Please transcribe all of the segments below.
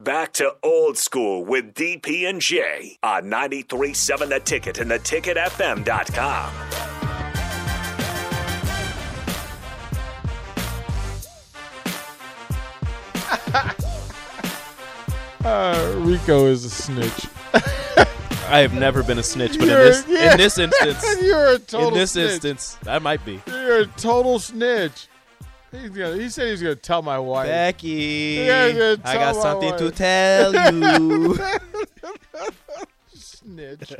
Back to old school with DP and J on 937 the ticket and the ticketfm.com. Uh, Rico is a snitch. I have never been a snitch, but in You're- this yeah. in this instance, You're a total in this snitch. instance, I might be. You're a total snitch. He's gonna, he said he's going to tell my wife. Becky, Yeah, yeah, I tell got my something to wife. tell you. Snitch.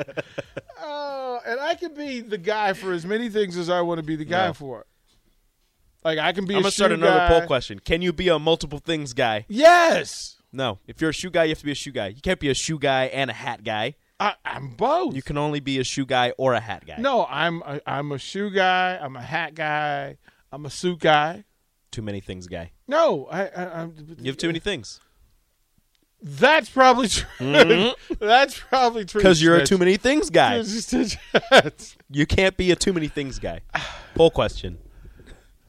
oh, and I can be the guy for as many things as I want to be the guy Yeah. for. Like, I can be I'm a gonna start shoe another guy. poll question. Can you be a multiple things guy? Yes. No. If you're a shoe guy, you have to be a shoe guy. You can't be a shoe guy and a hat guy. I, I'm both. You can only be a shoe guy or a hat guy. no, I'm a, I'm a shoe guy. I'm a hat guy. I'm a suit guy. Too many things guy. No, I, I, I'm. You have too many things. That's probably true. That's probably true. Mm-hmm. Because you're a too many things guy. Stupid. You can't be a too many things guy. Poll question.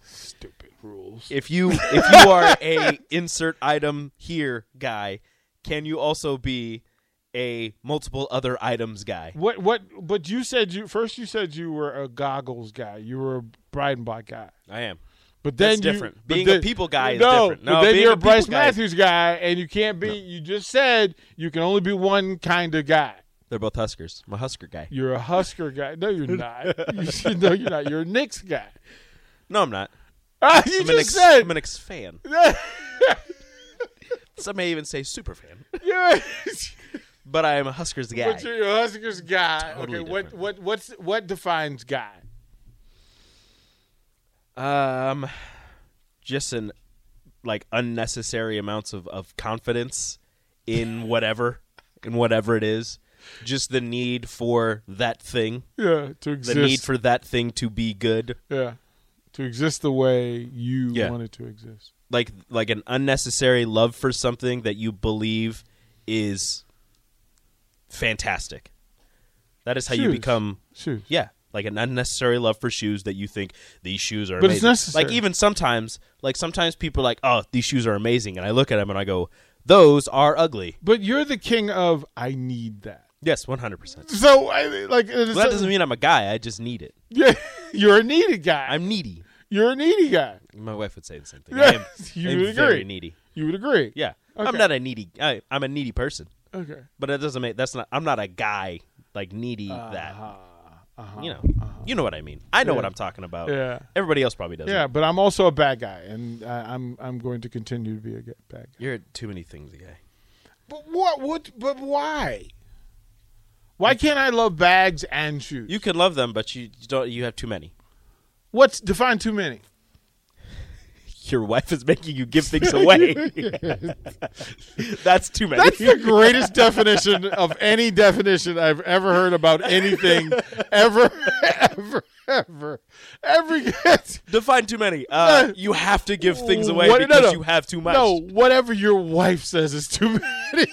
Stupid rules. if you if you are a insert item here guy, can you also be a multiple other items guy? What? What? But you said you first. You said you were a goggles guy. You were a Breidenbach guy. I am. But then That's you- different. but Being a people guy is no, different. but No, then being you're a a Bryce people guy is- Matthews guy, and you can't be. You just said you can only be one kind of guy. They're both Huskers. I'm a Husker guy. You're a Husker guy. No, you're not. You should- no, you're not. You're a Knicks guy. No, I'm not. Ah, you I'm just an ex, said. I'm an ex fan. Some may even say super fan. Yes. But I am a Huskers guy. But you're a Huskers guy. Totally okay, what different. what what's what defines guy? Um, just an like unnecessary amounts of of confidence in whatever in whatever it is. Just the need for that thing. Yeah, to the exist. need for that thing to be good yeah, to exist the way you Yeah. want it to exist. like like an unnecessary love for something that you believe is fantastic that is how you Shoes. become Shoes. yeah like an unnecessary love for shoes that you think these shoes are But it's amazing. necessary. like even sometimes like sometimes people are like oh these shoes are amazing and i look at them and i go those are ugly But you're the king of I need that. yes 100% So I like it's- well, that doesn't mean i'm a guy i just need it yeah, you're a needy guy. i'm needy you're a needy guy. my wife would say the same thing Yeah, I am, you I am would very agree. needy You would agree. yeah i'm Okay. not a needy I, i'm a needy person Okay. But that doesn't make that's not I'm not a guy like needy that you know you know what I mean. I know what I'm talking about. Uh-huh. Yeah. Everybody else probably doesn't. Yeah, but I'm also a bad guy, and I, I'm I'm going to continue to be a g- bad guy. You're too many things a guy. But what? What? But why? Why can't I love bags and shoes? You can love them, but you you don't you have too many. What's define too many? Your wife is making you give things away. that's too many. That's the greatest definition of any definition I've ever heard about anything ever, ever, ever, every. Define too many. Uh, you have to give things away What- no, because no. you have too much. No, whatever your wife says is too many.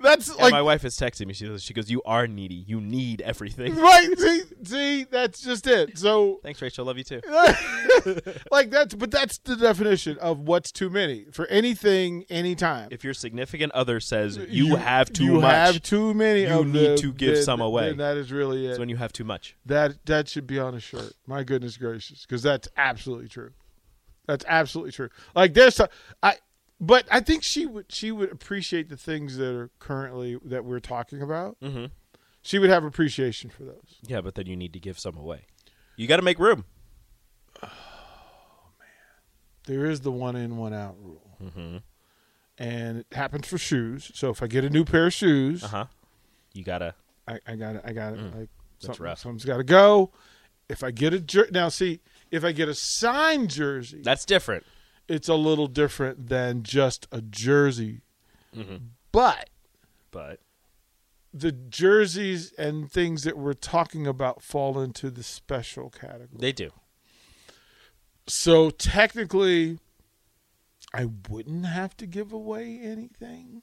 That's And like my wife is texting me. She goes, she goes, you are needy. You need everything. right. See, see, that's just it. So, Thanks, Rachel. Love you too. like that's, but that's the definition of what's too many for anything, anytime. If your significant other says you, have too you much, have too many. You of need them, to give then- some away. then that is really it. it's when you have too much. That that should be on a shirt. My goodness gracious, because that's absolutely true. That's absolutely true. Like there's some, I, but I think she would she would appreciate the things that are currently that we're talking about. Mm-hmm. She would have appreciation for those. Yeah, but then you need to give some away. You got to make room. There is the one in one out rule, and it happens for shoes. So if I get a new pair of shoes, Uh huh. You gotta. I, I got I got like something, rough. something's got to go. If I get a jer- now see if I get a signed jersey, That's different. it's a little different than just a jersey. Mm-hmm. But But the jerseys and things that we're talking about fall into the special category. they do. so technically, I wouldn't have to give away anything.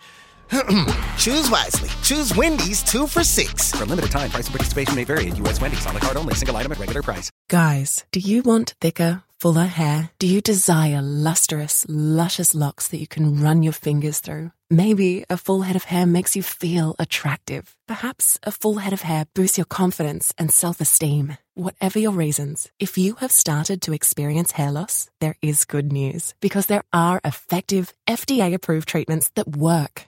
Choose wisely. Choose Wendy's two for six. For a limited time, price and participation may vary at U.S. Wendy's on the card only, single item at regular price. Guys, do you want thicker, fuller hair? Do you desire lustrous, luscious locks that you can run your fingers through? Maybe a full head of hair makes you feel attractive. Perhaps a full head of hair boosts your confidence and self esteem. Whatever your reasons, if you have started to experience hair loss, there is good news because there are effective, FDA approved treatments that work.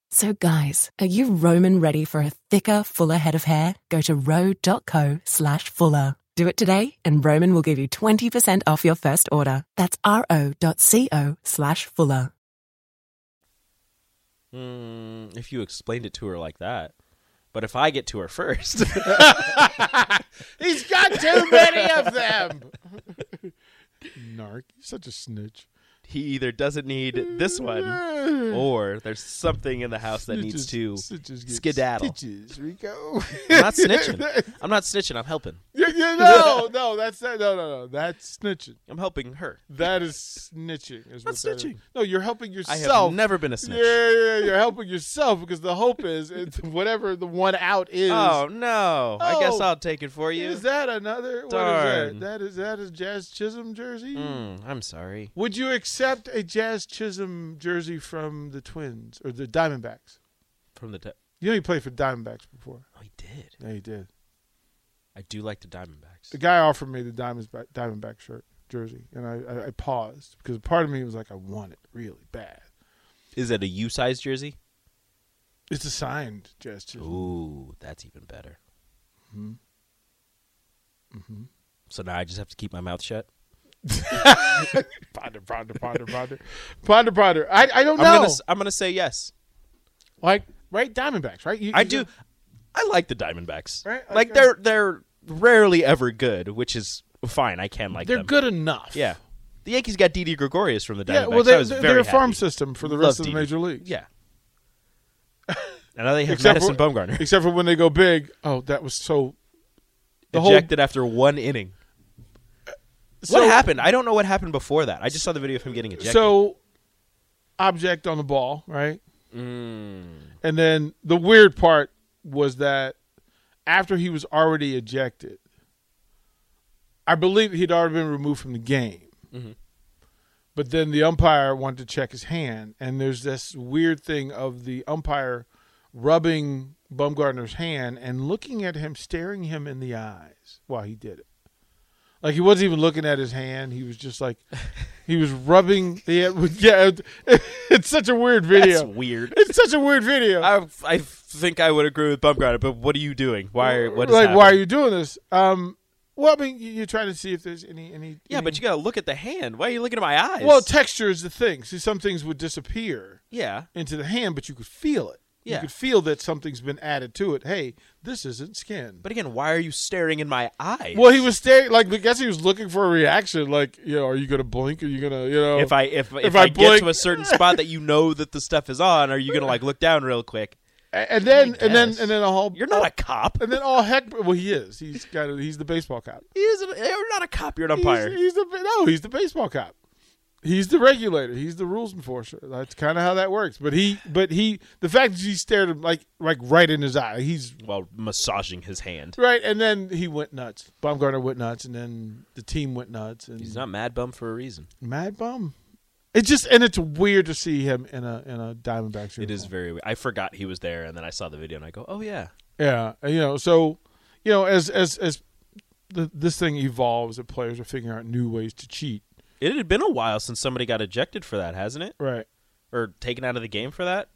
So guys, are you Roman ready for a thicker, fuller head of hair? Go to ro.co slash fuller. Do it today and Roman will give you 20% off your first order. That's ro.co slash fuller. Mm, if you explained it to her like that. But if I get to her first, He's got too many of them. Narc, you're such a snitch. he either doesn't need this one or there's something in the house that needs to Snitches get skedaddle. Stitches, Rico. I'm not snitching. I'm not snitching. I'm helping. Yeah, yeah, no, no, that's that. No, no, no. That's snitching. I'm helping her. That is snitching. Is That's what that is. snitching. No, you're helping I have yourself. never been a snitch. Yeah, yeah, yeah, you're helping yourself because the hope is it's whatever the one out is. Oh no! I guess Oh. I'll take it for you. Is that another? What is that? Darn. That is that is Jazz Chisholm jersey. Mm, I'm sorry. Would you accept a Jazz Chisholm jersey from the Twins or the Diamondbacks? From the t- You know he played for Diamondbacks before. oh, he did. Yeah, he did. I do like the The Diamondbacks. guy offered me the Diamonds Diamondback shirt jersey, and I, I, I paused because part of me was like, I want it really bad. Is it a U size jersey? It's a signed Jazz Chisholm. Ooh, that's even better. Mm-hmm. Mm-hmm. So now I just have to keep my mouth shut. Ponder, ponder, ponder, ponder, ponder, ponder. I, I don't I'm gonna know. s- I'm gonna say yes. like right, Diamondbacks, right? You- I you do. I like the Diamondbacks. Right, Like okay. they're they're rarely ever good, which is fine. I can like They're them. good enough. Yeah. The Yankees got Didi Gregorius from the Diamondbacks. Yeah, well, I they're, was they're, very they're a farm happy. system for the Love rest of the Didi. major leagues. Yeah. and now they have Except Madison for- Bumgarner. Except for when they go big. Oh, that was so. The whole- ejected after one inning. so- what happened? I don't know what happened before that. I just saw the video of him getting ejected. So, object on the ball, right? Mm. And then the weird part was that after he was already ejected, I believe he'd already been removed from the game. Mm-hmm. But then the umpire wanted to check his hand, and there's this weird thing of the umpire rubbing Bumgarner's hand and looking at him, staring him in the eyes while he did it. Like he wasn't even looking at his hand; he was just like he was rubbing the yeah. it- it's such a weird video. That's weird. It's such a weird video. I, I think I would agree with Bumgarner, but what are you doing? Why? Are, what is like, why are happening? you doing this? Um, well, I mean, you- you're trying to see if there's any any. Yeah, any- but you gotta look at the hand. Why are you looking at my eyes? well, texture is the thing. See, some things would disappear yeah, into the hand, but you could feel it. You Yeah. could feel that something's been added to it. Hey, this isn't skin. but again, why are you staring in my eyes? well, he was staring. Like, I guess he was looking for a reaction. Like, you know, are you gonna blink? Are you gonna, you know? if I if if, if I I, get to blink- a certain spot that you know that the stuff is on, are you gonna like look down real quick? A- and then, and then, guess. and then a whole. You're not a cop. And then all heck. Well, he is. He's got. A, he's the baseball cop. He is. A, you're not a cop. You're an He's- umpire. He's, the no, he's the baseball cop. He's the regulator. He's the rules enforcer. That's kind of how that works. But he, but he, the fact that he stared him like like right in his eye, he's While massaging his hand, right. And then he went nuts. Baumgartner went nuts, and then the team went nuts. And he's not mad bum for a reason. mad bum. It's just and it's weird to see him in a in a Diamondbacks uniform. It is very. weird. I forgot he was there, and then I saw the video, and I go, "Oh yeah, Yeah, and, you know, so you know, as as as the, this thing evolves, and players are figuring out new ways to cheat. It had been a while since somebody got ejected for that, hasn't it? Right. Or taken out of the game for that?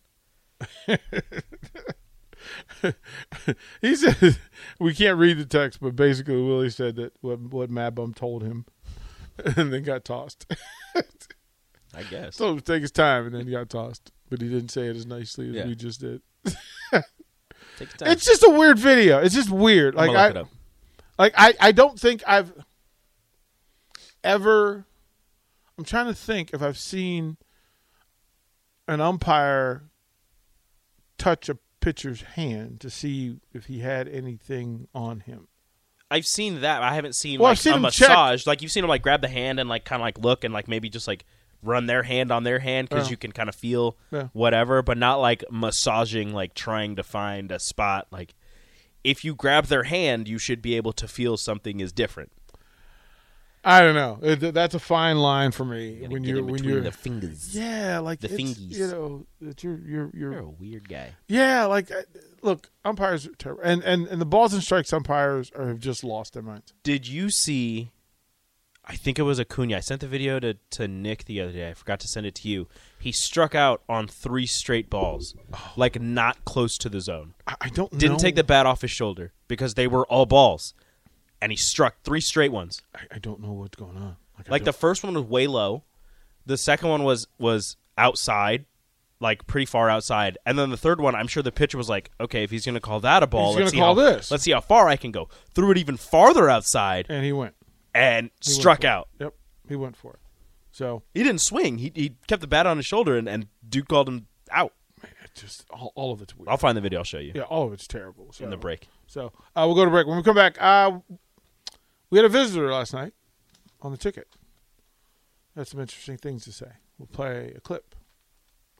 He said we can't read the text, but basically Willie said that what what Mad Bum told him, and then got tossed. I guess. Told him to take his time, and then he got tossed. But he didn't say it as nicely as Yeah. we just did. Take your time. It's just a weird video. It's just weird. Like I'm gonna look it I, up. like I, I don't think I've ever. I'm trying to think if I've seen an umpire touch a pitcher's hand to see if he had anything on him. I've seen that. I haven't seen Well, like I've seen a him check. massage. Like you've seen them like grab the hand and like kind of like look and like maybe just like run their hand on their hand because Yeah. you can kind of feel Yeah. whatever, but not like massaging, like trying to find a spot. Like if you grab their hand, you should be able to feel something is different. I don't know. It- th- That's a fine line for me You gotta when get you're in when between you're the fingers. yeah like the it's, thingies. You know that you're you're You're you're a weird guy. yeah like I- look umpires are terrible and and and the balls and strikes umpires are, have just lost their minds. Did you see? I think it was Acuna. I sent the video to, to Nick the other day. I forgot to send it to you. He struck out on three straight balls, Oh. like not close to the zone. I, I don't Didn't know. take the bat off his shoulder because they were all balls, and he struck three straight ones. I, I don't know what's going on. I Like don't- the first one was way low, the second one was was outside, like pretty far outside, and then the third one, I'm sure the pitcher was like, okay, if he's going to call that a ball, He's let's gonna see call how, this. Let's see how far I can go. Threw it even farther outside and he went. and He went struck for it. out. Yep, he went for it. So He didn't swing. He, he kept the bat on his shoulder, and, and Duke called him out. it just all, all of it's weird. I'll find the video. I'll show you yeah, all of it's terrible. So in the break. So uh, we'll go to break. When we come back, uh, we had a visitor last night on the ticket. Had some interesting things to say. We'll play a clip.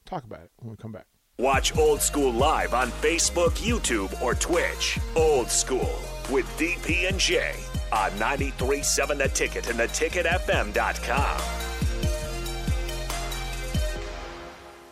Talk about it when we come back. Watch Old School live on Facebook, YouTube, or Twitch. Old School with DP and J on 937 The Ticket and theticketfm.com.